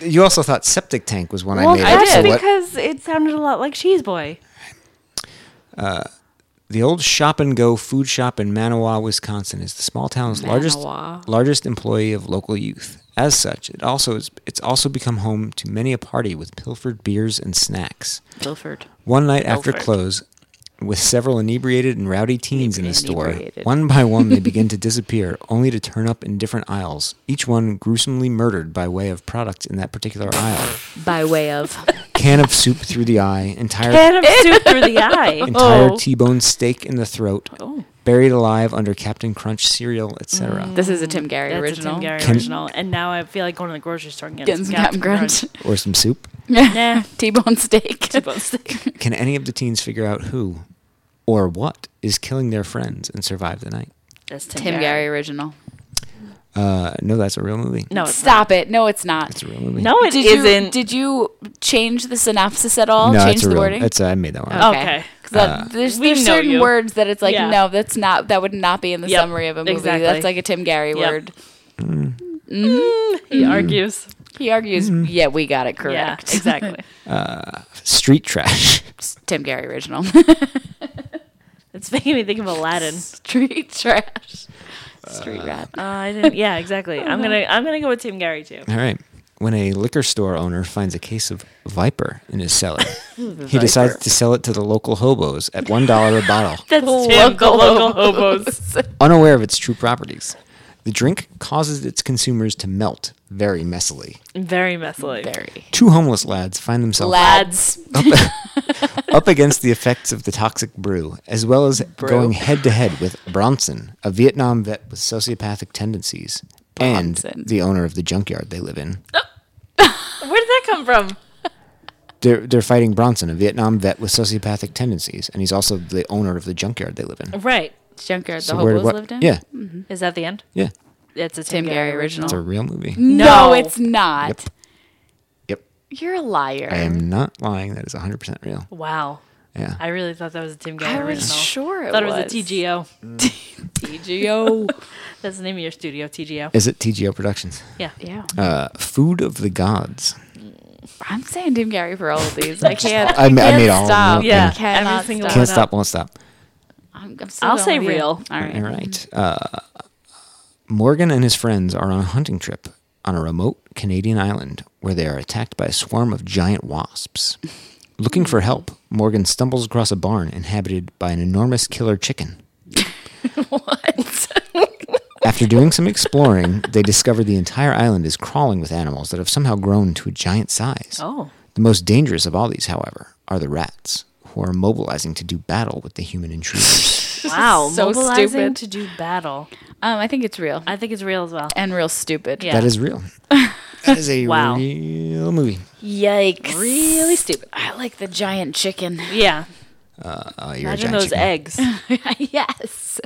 You also thought septic tank was one I
well,
made.
that's
up, so what-
because it sounded a lot like Cheese Boy.
The old Shop and Go food shop in Manawa, Wisconsin, is the small town's
Manawa.
largest largest employee of local youth. As such, it also is, it's also become home to many a party with pilfered beers and snacks.
Wilford.
One night after
Milford.
close, with several inebriated and rowdy teens in the store,
Inebriated.
one by
(laughs)
one they begin to disappear, only to turn up in different aisles, each one gruesomely murdered by way of products in that particular aisle.
by way
(laughs)
of
Can of soup through the eye, entire
Can of soup through (laughs) the eye.
entire
oh.
T-bone steak in the throat,
Oh.
buried alive under Captain Crunch cereal, etc.
this is a Tim Gary
That's
original. (laughs)
a Tim Gary
Can-
original. And now I feel like going to the grocery store and getting
Getting
some
some
Captain Crunch.
Cap'n
Or some soup.
(laughs) Nah.
(laughs)
(laughs)
T-bone steak. (laughs)
Can any of the teens figure out who or what is killing their friends and survive the night?
That's Tim,
Tim Gary original.
Uh, no, that's a real movie.
No, it's
Stop it. No, Oh, it's not.
It's a real movie.
no, it
did
isn't.
You, did you change the synopsis at all?
no,
change
it's a
the
real.
wording? Oh,
It's I made that one.
Okay.
up.
'Cause that-
Uh,
there's
we
there's
know
certain
you.
words that it's like,
Yeah.
no, that's not, that would not be in the
Yep,
summary of a movie.
exactly.
That's like a Tim Gary
Yep.
word.
he argues.
He argues,
Mm-hmm.
yeah, we got it correct.
Yeah, (laughs) exactly.
Street trash. (laughs)
Tim Gary original. (laughs)
it's making me think of Aladdin.
Street trash. Street rat.
Uh, I didn't. Yeah, exactly. I'm gonna I'm gonna go with Tim Gary too.
All right. When a liquor store owner finds a case of Viper in his cellar, he decides to sell it to the local hobos at one dollar a bottle,
That's Tim, the
local
local hobos.
unaware of its true properties. The drink causes its consumers to melt very messily.
Very messily.
Very.
Two homeless lads find themselves
Lads.
up against the effects of the toxic brew, as well as going head to head with Bronson, a Vietnam vet with sociopathic tendencies,
Bronson.
and the owner of the junkyard they live in.
Where did that come from?
They're, they're fighting Bronson, a Vietnam vet with sociopathic tendencies, and he's also the owner of the junkyard they live in.
Right.
Junkyard the
So where-
hobos
what-
lived in? Hmm.
Yeah,
Is that the end?
yeah.
It's a
Tim Gary original.
It's a real movie.
No,
No.
it's not.
Yep. Yep.
You're a liar.
I am not lying. That is 100% real.
Wow.
Yeah.
I really thought that was a Tim Gary
I
original.
was sure it
thought
was.
it was a TGO. (laughs)
TGO.
That's the name of your studio, TGO.
Is it TGO Productions?
Yeah.
yeah.
Uh, Food of the Gods.
I'm saying Tim Gary for all of these. I can't.
I
I,
ma- I
can't
made all of them
stop.
up, yeah.
I cannot
Every single
stop.
one.
Can't stop, won't stop.
I'm,
I'll say real.
All right.
All right. Uh, Morgan and his friends are on a hunting trip on a remote Canadian island where they are attacked by a swarm of giant wasps. Looking for help, Morgan stumbles across a barn inhabited by an enormous killer chicken. what? After doing some exploring, they discover the entire island is crawling with animals that have somehow grown to a giant size.
Oh.
The most dangerous of all these, however, are the rats, who are mobilizing to do battle with the human intruders.
Wow.
So
Mobilizing
stupid.
to do battle.
Um, I think it's real
I think it's real as well.
and real stupid.
Yeah.
That
(laughs)
is real. That is a
Wow.
real movie.
Yikes. Really stupid. I like the giant chicken. (laughs)
Yeah.
Oh, you're
Imagine
a giant
those
chicken.
eggs.
yes.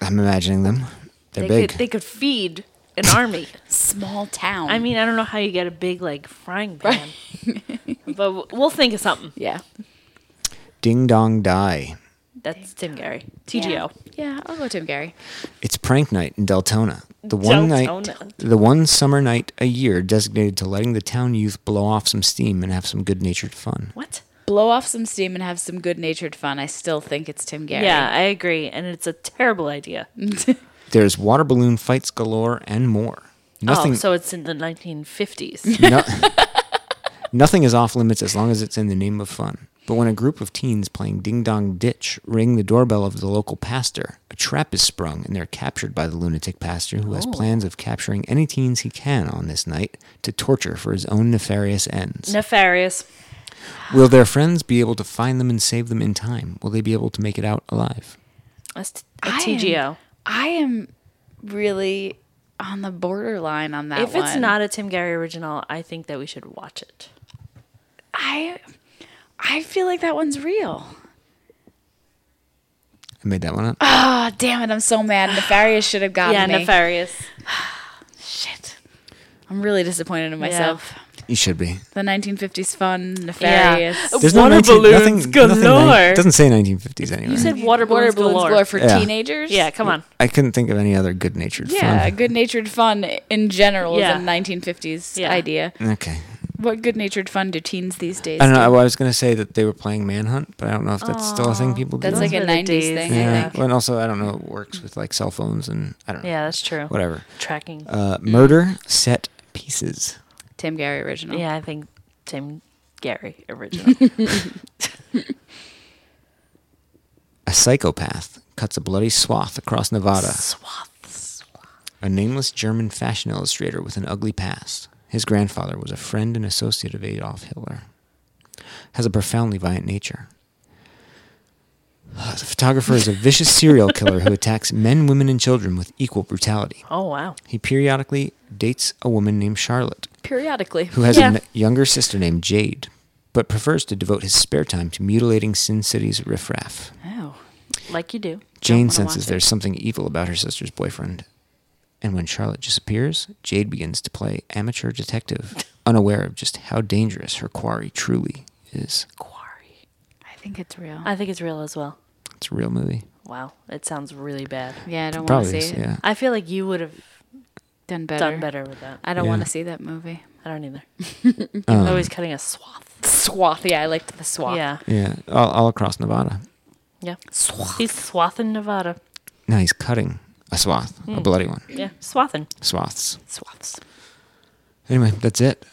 I'm imagining them. They're
they
big.
could they could feed an army.
Small town.
I mean, I don't know how you get a big like frying pan, (laughs) but w- we'll think of something.
yeah.
Ding dong die.
That's Tim Gary, TGO.
Yeah, I'll go Tim Gary.
It's prank night in Deltona. The one
Deltona.
night, the one summer night a year designated to letting the town youth blow off some steam and have some good-natured fun.
What?
Blow off some steam and have some good-natured fun. I still think it's Tim Gary.
Yeah, I agree, and it's a terrible idea.
There's water balloon fights galore and more. Nothing.
Oh, so it's in the 1950s.
(laughs)
no- (laughs) nothing is off limits as long as it's in the name of fun. But when a group of teens playing Ding Dong Ditch ring the doorbell of the local pastor, a trap is sprung and they're captured by the lunatic pastor who
Oh.
has plans of capturing any teens he can on this night to torture for his own nefarious ends.
Nefarious.
Will their friends be able to find them and save them in time? Will they be able to make it out alive?
That's t- a
I am-
TGO.
I am really on the borderline on that
If it's
one.
not a Tim Gary original, I think that we should watch it.
I I feel like that one's real.
I made that one up.
Uh,
Oh, damn it. I'm so mad. Nefarious should have gotten
yeah,
me.
nefarious.
Shit. I'm really disappointed in myself.
You should be.
The 1950s fun, nefarious.
There's no
Water
19
balloons
nothing- nothing nine-
galore.
doesn't say 1950s anywhere.
You said water
Water
balloons
balloons
galore.
galore for
Yeah.
teenagers.
Yeah, come on.
I couldn't think of any other good-natured
Yeah,
fun.
good natured fun in general
Yeah.
is a 1950s
Yeah.
idea.
Okay.
What good natured fun do teens these days
I don't
do?
know. I was going to say that they were playing Manhunt, but I don't know if that's still a thing people do.
That's like a
Those were the
90s
days,
thing,
yeah.
I think.
Well, and also, I don't know. It works with like cell phones and I don't know.
Yeah, that's true.
Whatever.
Tracking.
Uh, murder set pieces.
Tim Gary original.
yeah, I think Tim Gary original.
A psychopath cuts a bloody swath across Nevada. Swath. A nameless German fashion illustrator with an ugly past. His grandfather was a friend and associate of Adolf Hitler. Has a profoundly violent nature. (sighs) The photographer is a vicious serial killer who attacks men, women, and children with equal brutality.
oh wow.
He periodically dates a woman named Charlotte,
Periodically.
who has
Yeah.
a n- younger sister named Jade, but prefers to devote his spare time to mutilating Sin City's riffraff.
Oh.
Like you do.
wanna
Jane
watch
senses
it.
there's something evil about her sister's boyfriend And when Charlotte disappears, Jade begins to play
(laughs)
amateur detective, unaware of just how dangerous her quarry truly is.
Quarry.
I think it's real.
I think it's real as well.
It's a real movie.
Wow, it sounds really bad.
yeah, I don't want to
Probably
see
is,
it.
yeah.
I feel like you would have
Done better.
done better with that.
I don't
Yeah.
want to see that movie.
I don't either.
Um,
Always cutting a swath.
Swath. Yeah, I liked the swath.
Yeah.
Yeah, all, all across Nevada.
Yeah. Swath. He's swathing Nevada.
Now he's cutting a swath, a
Hmm.
bloody one.
Yeah. Swathing.
Swaths.
Swaths.
Anyway, that's it.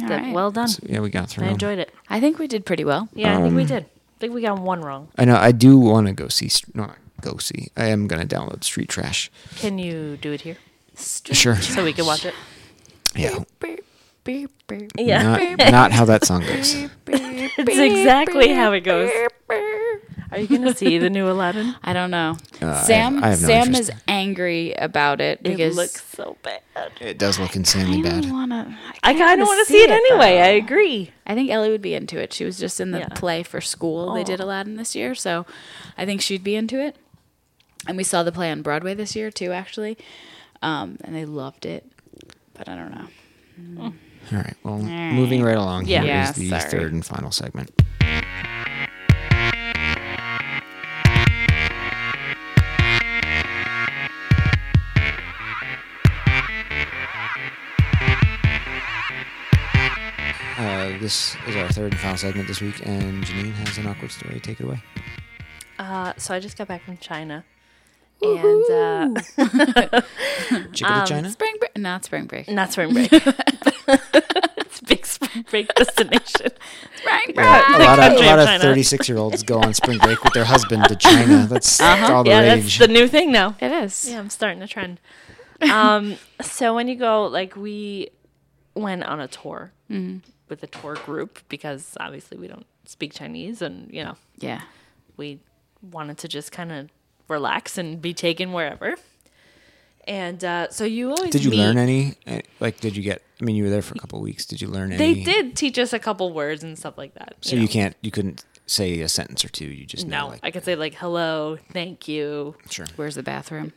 All
That-
right.
Well done.
So, yeah, we got through.
I
'em.
enjoyed it.
I think we did pretty well.
Yeah, I think we did. I think we got one wrong.
I know. I do want to go see. St- No, not go see. I am gonna download Street Trash.
Can you do it here
Sure.
so we can watch it?
Yeah.
Beep, beep, (laughs) beep,
Not, not how that song goes.
beep, beep,
It's exactly how it goes.
beep, beep.
(laughs) Are you gonna see the new Aladdin?
I don't know.
have-
Sam
Uh, I have no
Sam
interest.
is angry about it because
(laughs) it looks so bad.
It does look
I
insanely
don't
bad.
wanna,
I kind of want to see it anyway. I agree.
I think Ellie would be into it. She was just in the
Yeah. Oh.
play for school. They did Aladdin this year, so I think she'd be into it. And we saw the play on Broadway this year too, actually, um, and they loved it. But I don't know.
All right. Well, moving right along.
Yeah.
Here
Yeah,
is the
sorry.
third and final segment. Uh, this is our third and final segment this week, and Janine has an awkward story. Take it away.
Uh, so I just got back from China, and uh, (laughs)
Chicken
Um,
to China.
Spring break, not spring break.
not (laughs) spring break. it's a big spring break
(laughs)
destination.
Spring break.
(laughs)
Yeah, a lot of, a
country
lot
of
of
China.
36 year olds go on spring break with their husband to (laughs) China. That's all the
Uh-huh. yeah,
rage.
that's the new thing now.
(laughs) It is.
Yeah, I'm starting a (laughs) trend. Um, so when you go, like, we went on a tour with a tour group because obviously we don't speak Chinese, and you know
Yeah.
we wanted to just kind of relax and be taken wherever. And uh, so you always
Did you
meet-
learn any? eh, Like, did you get? I mean, you were there for a couple of weeks. Did you learn
They
any?
did teach us a couple words and stuff like that.
So you can't. You couldn't say a sentence or two. You just know.
No,
like,
I could say like hello, thank you,
sure.
Where's the bathroom?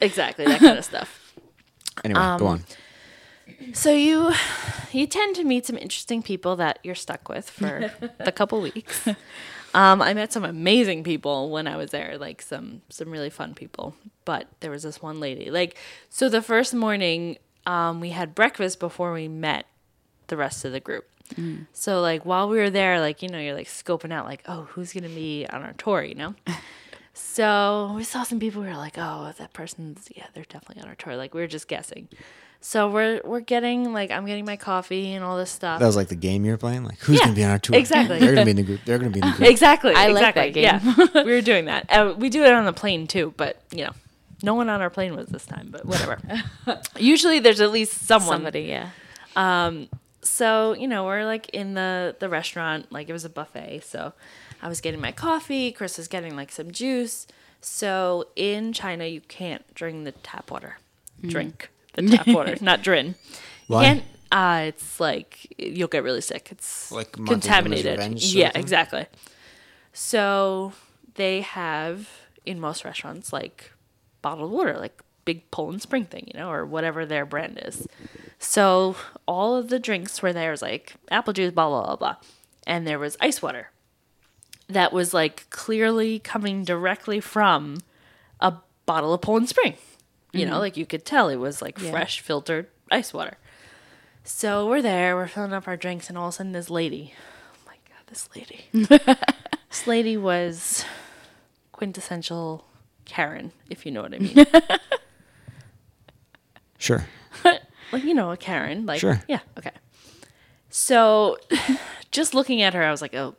exactly that kind of stuff.
Anyway,
Um,
go on.
(laughs) So you you tend to meet some interesting people that you're stuck with (laughs) for the couple weeks. Um, I met some amazing people when I was there, like some some really fun people. But there was this one lady, like so. The first morning, um, we had breakfast before we met the rest of the group. So like while we were there, like you know, you're like scoping out, like oh, who's gonna be on our tour, you know. So we saw some people. We were like, "Oh, that person's yeah, they're definitely on our tour." Like we were just guessing. So we're we're getting like I'm getting my coffee and all this stuff.
That was like the game you were playing. Like, who's
Yeah,
gonna be on our tour?
exactly.
They're gonna be in the group. They're gonna be in the group.
Exactly.
I like
exactly.
that game.
(laughs) Yeah, we were doing that. Uh, we do it on the plane too, but you know, no one on our plane was this time. But (laughs) whatever. Usually, there's at least (laughs) someone.
Somebody, yeah.
So you know, we're like in the the restaurant. Like it was a buffet. So I was getting my coffee. Chris was getting like some juice. So in China, you can't drink the tap water. Drink the tap water, not drin.
Why?
You can't. Uh, it's like you'll get really sick. It's
Like Monty Python's
contaminated.
Revenge sort of
yeah,
thing?
exactly. So they have in most restaurants like bottled water, like big Poland Spring thing, you know, or whatever their brand is. So all of the drinks were there it was like apple juice, blah blah blah blah, and there was ice water that was like clearly coming directly from a bottle of Poland Spring. You know, like you could tell it was like fresh filtered ice water. So we're there, we're filling up our drinks, and all of a sudden, this lady, oh my God, this lady. this lady was quintessential Karen, if you know what I mean.
Sure.
like, you know, a Karen. Like,
Sure.
yeah, okay. So (laughs) just looking at her, I was like, oh,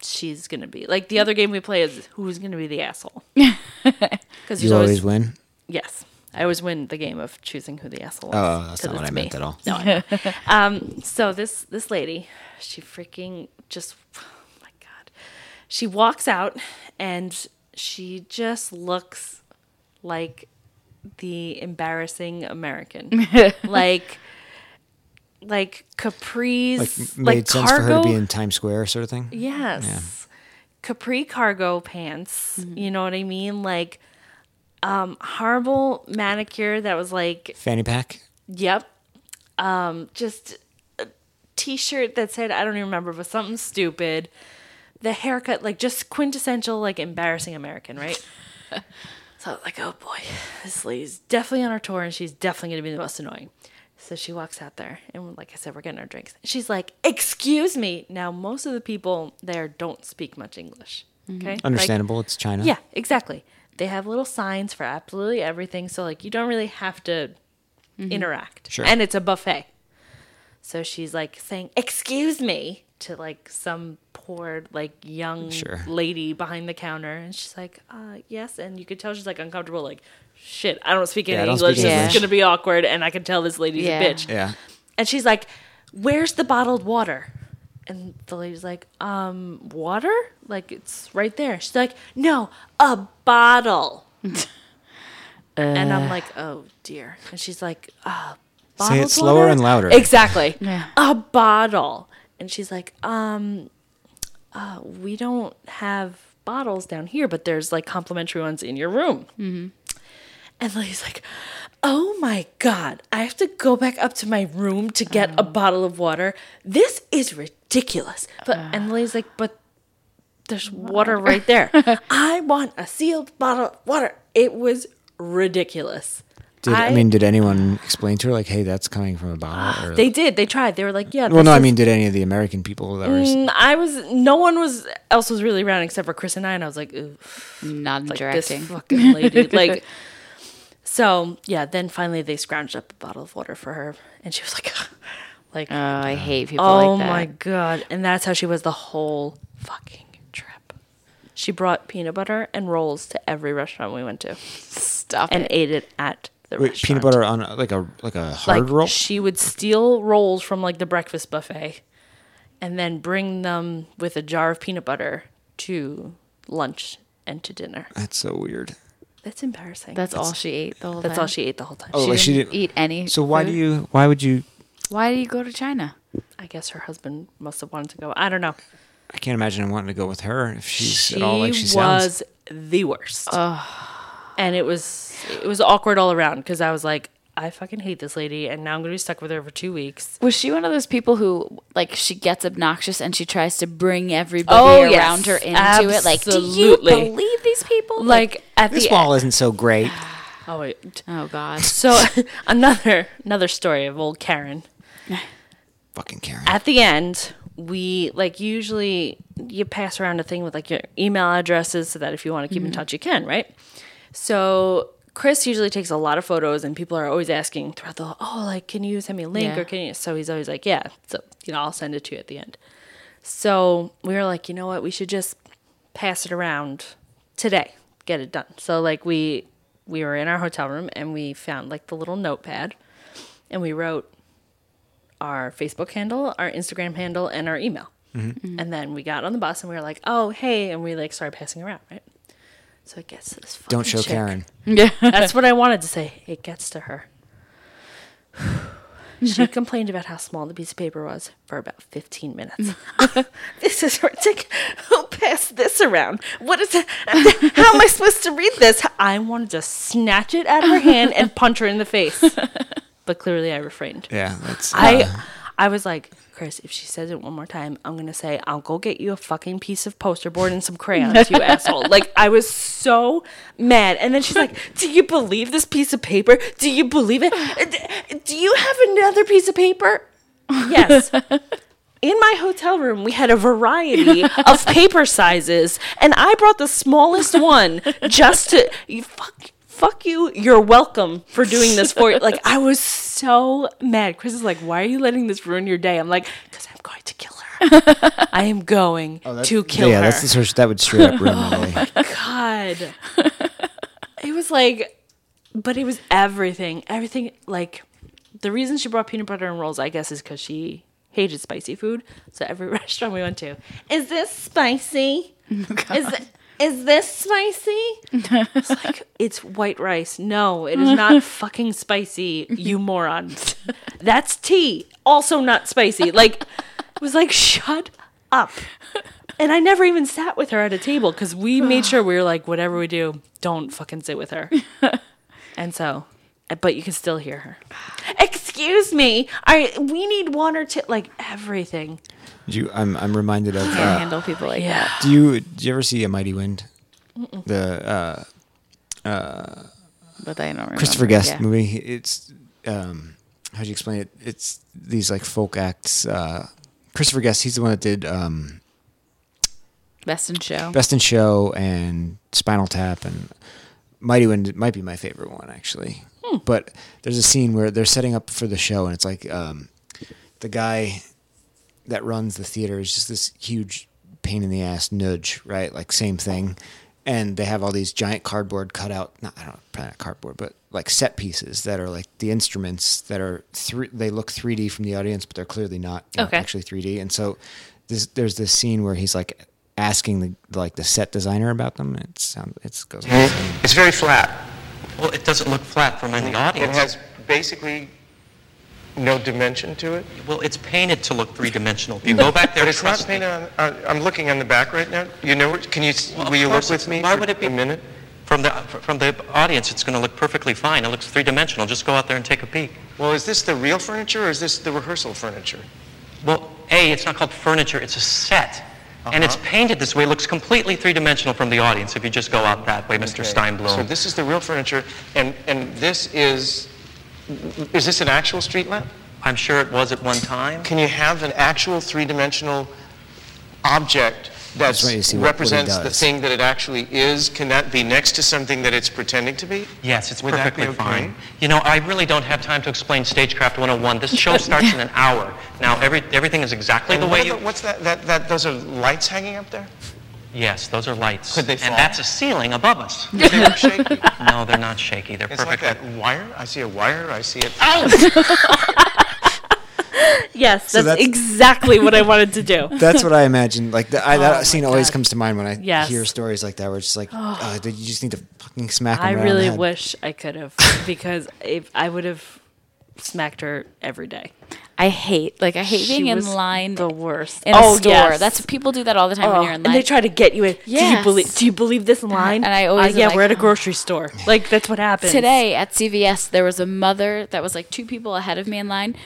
she's going to be like the other game we play is who's going to be the asshole. Because
You always win.
Yes. I always win the game of choosing who the asshole is.
Oh, that's
'cause
not what
it's
I meant
me.
at all.
Um, So this this lady, she freaking just oh my god. She walks out and she just looks like the embarrassing American. like like capris
Like,
like,
m- made sense
cargo
for her to be in Times Square, sort of thing.
Yes. Capri cargo pants. You know what I mean? Like um, horrible manicure that was like,
Fanny pack.
yep, um, just a t-shirt that said I don't even remember, but something stupid. The haircut, like just quintessential, like embarrassing American, right? so I was like, oh boy, this lady's definitely on her tour, and she's definitely gonna be the most annoying. So she walks out there, and like I said, we're getting our drinks. She's like, "Excuse me." Now, most of the people there don't speak much English. Okay, Like,
Understandable. it's China.
yeah, exactly. They have little signs for absolutely everything, so like you don't really have to interact.
Mm-hmm. Sure.
And it's a buffet. So she's like saying, "Excuse me," to like some poor like young
Sure.
lady behind the counter, and she's like, uh, "Yes," and you could tell she's like uncomfortable, like, "Shit, I don't speak any
Yeah, I don't
English.
speak
this
English."
is gonna be awkward," and I can tell this lady's
Yeah.
a bitch.
Yeah.
And she's like, "Where's the bottled water?" And the lady's like, "Um, water? Like it's right there." She's like, "No, a bottle." and I'm like, "Oh dear." And she's like, "Uh,
Say it
bottled
slower
water?"
and louder.
Exactly.
Yeah.
A bottle. And she's like, "Um, uh, we don't have bottles down here, but there's like complimentary ones in your room." And Lily's like, oh my God, I have to go back up to my room to get a bottle of water. This is ridiculous. But and Lily's like, but there's water right there. I want a sealed bottle of water. It was ridiculous.
Did, I,
I- Ah,
mean, did anyone explain to her like, hey, that's coming from a bottle? Or,
They did. They tried. They were like, yeah.
well,
this
no, I
is-
mean, did any of the American people that were s-
Mm, I was. No one was else was really around except for Chris and I. And I was like, ooh.
Not
like
interacting.
this fucking lady. like, so yeah. Then finally, they scrounged up a bottle of water for her, and she was like, (laughs) like,
oh, I hate people
oh
like that.
my god! And that's how she was the whole fucking trip. She brought peanut butter and rolls to every restaurant we went to,
Stop
and
it.
ate it at the
Wait,
restaurant.
peanut butter on a- like a like a hard
like
roll?
she would steal rolls from like the breakfast buffet, and then bring them with a jar of peanut butter to lunch and to dinner.
that's so weird.
That's embarrassing.
That's all she ate the whole
That's
time.
all she ate the whole time.
Oh,
She-
like she
didn't
didn't
eat any
So why do
food?
you? Why would you?
Why do you go to China?
I guess her husband must have wanted to go. I don't know.
I can't imagine him wanting to go with her if she's
She
at all like she
was
sounds.
the worst. And it was it was awkward all around because I was like, I fucking hate this lady, and now I'm gonna be stuck with her for two weeks.
Was she one of those people who like she gets obnoxious and she tries to bring everybody
Oh, yes.
around her into it? Like, do you
Absolutely.
believe these people?
Like at
This
the
wall isn't
(sighs)
so great.
oh wait.
oh (laughs) god,
so (laughs) another another story of old Karen.
Fucking Karen.
at the end, we like usually you pass around a thing with like your email addresses so that if you want to keep in touch, you can, right? So Chris usually takes a lot of photos, and people are always asking throughout the oh, like, can you send me a link
Yeah.
or can you? So he's always like, yeah, so you know, I'll send it to you at the end. So we were like, you know what, we should just pass it around today, get it done. So like we we were in our hotel room and we found like the little notepad, and we wrote our Facebook handle, our Instagram handle, and our email.
Mm-hmm.
And then we got on the bus and we were like, oh, hey. And we like started passing around, right? So it gets to this fucking
Don't show
chick.
Karen.
(laughs) That's what I wanted to say. It gets to her. (sighs) she complained about how small the piece of paper was for about 15 minutes. (laughs) this is ridiculous. Who passed this around? What is it? (laughs) How am I supposed to read this? I wanted to snatch it out of her hand and punch her in the face. But clearly I refrained.
Yeah, that's. uh,
I I was like, Chris, if she says it one more time, I'm gonna say, I'll go get you a fucking piece of poster board and some crayons, you asshole. Like I was so mad. And then she's like, Do you believe this piece of paper? Do you believe it? D- Do you have another piece of paper? Yes. In my hotel room, we had a variety (laughs) of paper sizes, and I brought the smallest one just to you fuck. Fuck you. You're welcome for doing this for you. Like I was so mad. Chris is like, "Why are you letting this ruin your day?" I'm like, "Cause I'm going to kill her. I am going to kill
yeah,
her."
Oh,
Oh
that's the sort that would
(laughs)
straight up ruin my day.
God. it was like, but it was everything. Everything, like, the reason she brought peanut butter and rolls, I guess, is because she hated spicy food. So every (laughs) restaurant we went to, is this spicy? is, is this spicy? it's like, it's white rice. No, it is not fucking spicy, you moron. (laughs) That's tea, also not spicy. Like, it was like, shut up. And I never even sat with her at a table because we made sure we were like, whatever we do, don't fucking sit with her. and so, uh, but you can still hear her. (sighs) Excuse me. I we need one or two, like everything.
Do you, I'm I'm reminded of.
Can't
Uh,
handle people like
Yeah.
do you do you ever see a Mighty Wind? The uh,
that, but I don't remember.
Christopher Guest
Yeah.
movie. It's um, how do you explain it? It's these like folk acts. Uh, Christopher Guest. He's the one that did um,
Best in Show.
Best in Show and Spinal Tap and Mighty Wind might be my favorite one actually. But there's a scene where they're setting up for the show and it's like um, the guy that runs the theater is just this huge pain in the ass nudge, right? Like same thing. And they have all these giant cardboard cutout, not I don't know, probably not cardboard, but like set pieces that are like the instruments that are three. They look 3D from the audience, but they're clearly not you know,
Okay.
actually 3D. And so this, there's this scene where he's like asking the like the set designer about them. It sounds it goes.
It's very flat.
Well, it doesn't look flat from in the
It
audience.
has basically no dimension to it.
Well, it's painted to look three-dimensional. If you go back there,
But it's not
trust me.
painted on, on- I'm looking on the back right now. You know, what- can you, s-
Well, of
will you
course
look with
it's-
me
why
for
would it be-
a minute?
From the, from the audience, it's going to look perfectly fine. It looks three-dimensional. Just go out there and take a peek.
Well, is this the real furniture or is this the rehearsal furniture?
Well, A, it's not called furniture, it's a set. And it's
Uh-huh.
painted this way. It looks completely three-dimensional from the audience if you just go out that way, Mr.
Okay.
Steinblum.
So this is the real furniture, and, and this is, is this an actual street lamp?
I'm sure it was at one time.
Can you have an actual three-dimensional object
just want you to
that
see what- what it
represents the
does.
thing that it actually is? Can that be next to something that it's pretending to be?
Yes, it's
Would that be
perfectly
okay?
fine. You know, I really don't have time to explain Stagecraft 101. This show starts in an hour. Now, every, everything is exactly
And
the
what
way
are
you...
the- what's that, that, that, those are lights hanging
(laughs)
up there?
Yes, those are lights.
Could they fall?
And that's a ceiling above us.
They look shaky.
No, they're not shaky. They're
It's like
perfectly...
that wire. I see a wire. I see it.
Yes, that's,
that's-
exactly what I wanted to do.
That's what I imagine. Like the, I, that scene always comes to mind when I
Oh Yes. Oh.
hear stories like that, where it's just like, uh, you just need to fucking smack. 'em
I
right on
really
the head.
wish I could have because if I would have smacked her every day.
I hate like I hate
She
being in
was
line
the worst.
in a
Oh,
store.
yes.
That's people do that all the time when
Oh,
you're in
and
line.
they try to get you in. Do you
Yes.
believe? Do you believe this line?
And I always
Uh, yeah,
like,
we're at a
oh.
grocery store. Like that's what happens
Today at CVS, there was a mother that was like two people ahead of me in line,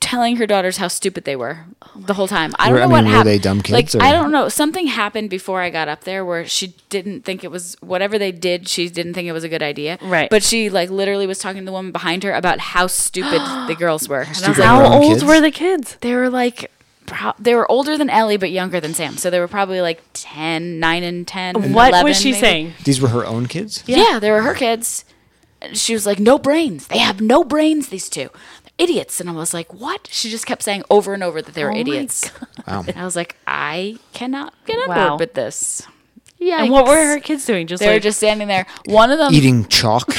telling her daughters how stupid they were
Oh
the whole time. I don't
Were-
know
I
what
mean, were
happened.
they dumb
Like
kids or-
I don't know. Something happened before I got up there where she didn't think it was whatever they did. She didn't think it was a good idea.
Right.
But she like literally was talking to the woman behind her about how
(gasps)
stupid the girls were. And I was
stupid
like,
How
Grown
old
kids?
were the kids?
they were like. pro- They were older than Ellie, but younger than Sam. So they were probably like 10, 9 and 10.
What
11
was she
maybe.
saying?
These were her own kids.
Yeah. they were her kids. And She was like, no brains. They have no brains, these two. They're idiots. And I was like, what? She just kept saying over and over that they were
Oh my
idiots.
Wow.
And I was like, I cannot get on
Wow.
board with this. Yeah.
And what were her kids doing? Just
They were
like
just standing there. One of them,
Eating chalk.
(laughs)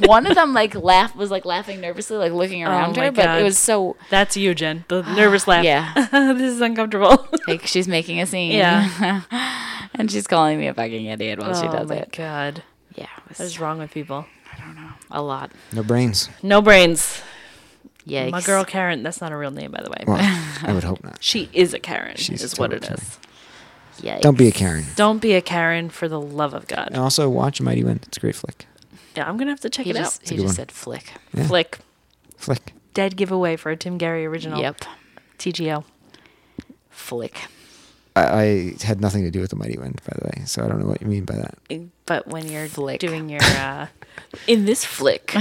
one of them, like laugh was like laughing nervously, like looking around
Oh my
her. But
God.
it was so
that's you, Jen. The nervous laugh.
Ah, yeah,
(laughs) this is
(laughs)
uncomfortable.
like she's making a scene.
Yeah.
(laughs)
Oh
and she's calling me a fucking idiot while she does it.
god,
Yeah, it
what is
was
wrong with people?
a lot.
no brains.
No brains.
Yikes.
My girl Karen. That's not a real name, by the way.
Well, I would hope not.
She is a Karen.
She's
is
a
what it
total
is.
Yikes.
Don't be a Karen.
Don't be a Karen for the love of
And
God.
also watch Mighty Wind. It's a great flick.
Yeah, I'm gonna have to check
He
it
just, he
good
just
one.
said flick.
out. Flick.
Flick.
Dead giveaway for a Tim Gary original.
Yep.
TGO.
Flick.
I, I had nothing to do with the Mighty Wind, by the way. So I don't know what you mean by that.
But when you're
Flick.
doing
(laughs)
your uh, in this flick.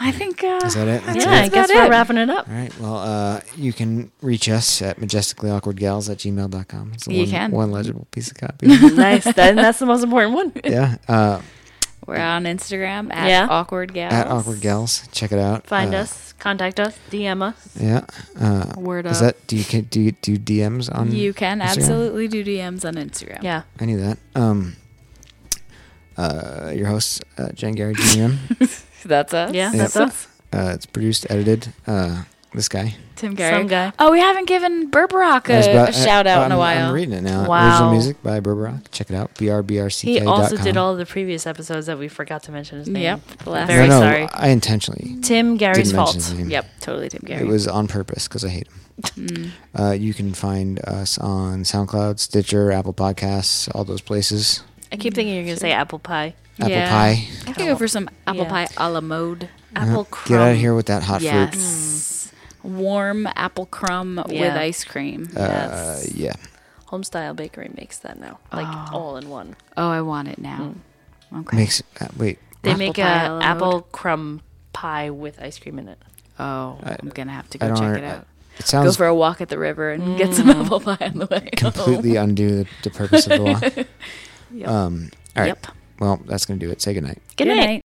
I think. Uh,
Is that it? That's
Ah, Yeah, I
it.
guess
about
we're
it.
wrapping it up.
All right. Well, uh, you can reach us at majesticallyawkwardgals at gmail.com. It's the
You
one,
can.
one legible piece of copy. (laughs)
nice. Then that's the most important one.
yeah. Uh,
We're on Instagram at
Yeah.
awkward gals.
at awkward gals. Check it
(laughs)
out.
Find
Uh,
us, contact us, DM us.
Yeah. Uh,
Word
is
up.
that do you can do you do DMs on?
you can
Instagram?
absolutely do DMs on Instagram.
Yeah.
I knew that. Um, uh, your host uh, Jen
(laughs)
Gary GM.
that's us.
Yeah,
Yeah.
that's us.
uh, it's produced, edited. Uh, this guy.
Tim Gary.
Some guy.
Oh, we haven't given Berberock
I was
a,
about-
a shout out
I-
in a
I'm-
while.
I'm reading it now.
Wow.
Original music by Berberock. Check it out. brbrck.com.
He also did all the previous episodes that we forgot to mention his name.
Yep. The last.
Very
no, no,
sorry.
I intentionally
Tim Gary's
didn't mention
fault.
his name.
Yep. Totally Tim Gary.
It was on purpose because I hate him.
Mm.
Uh, you can find us on SoundCloud, Stitcher, Apple Podcasts, all those places.
I keep thinking you're gonna say apple pie,
Apple
Yeah.
Pie.
I could go for some apple
Yeah.
pie a la mode.
apple
Get out
crumb.
of here with that hot fruit.
Yes. Warm apple crumb with
Yeah.
ice cream.
Uh,
Yes.
yeah.
Homestyle Bakery makes that now, like all in one.
oh, I want it now.
Mm.
Okay.
Makes uh, wait.
They
Apple
make a
pie a la
apple crumb pie with ice cream in it.
oh, I'm going to have to
I
go
don't.
check
under-
it out.
It
Go
sounds Mm.
for a (laughs) walk at the river and get some (laughs) apple pie on the way. home.
completely undo the, the purpose of the law. Um. All right.
(laughs) Yep.
Well, that's gonna do it. Say goodnight.
Good night.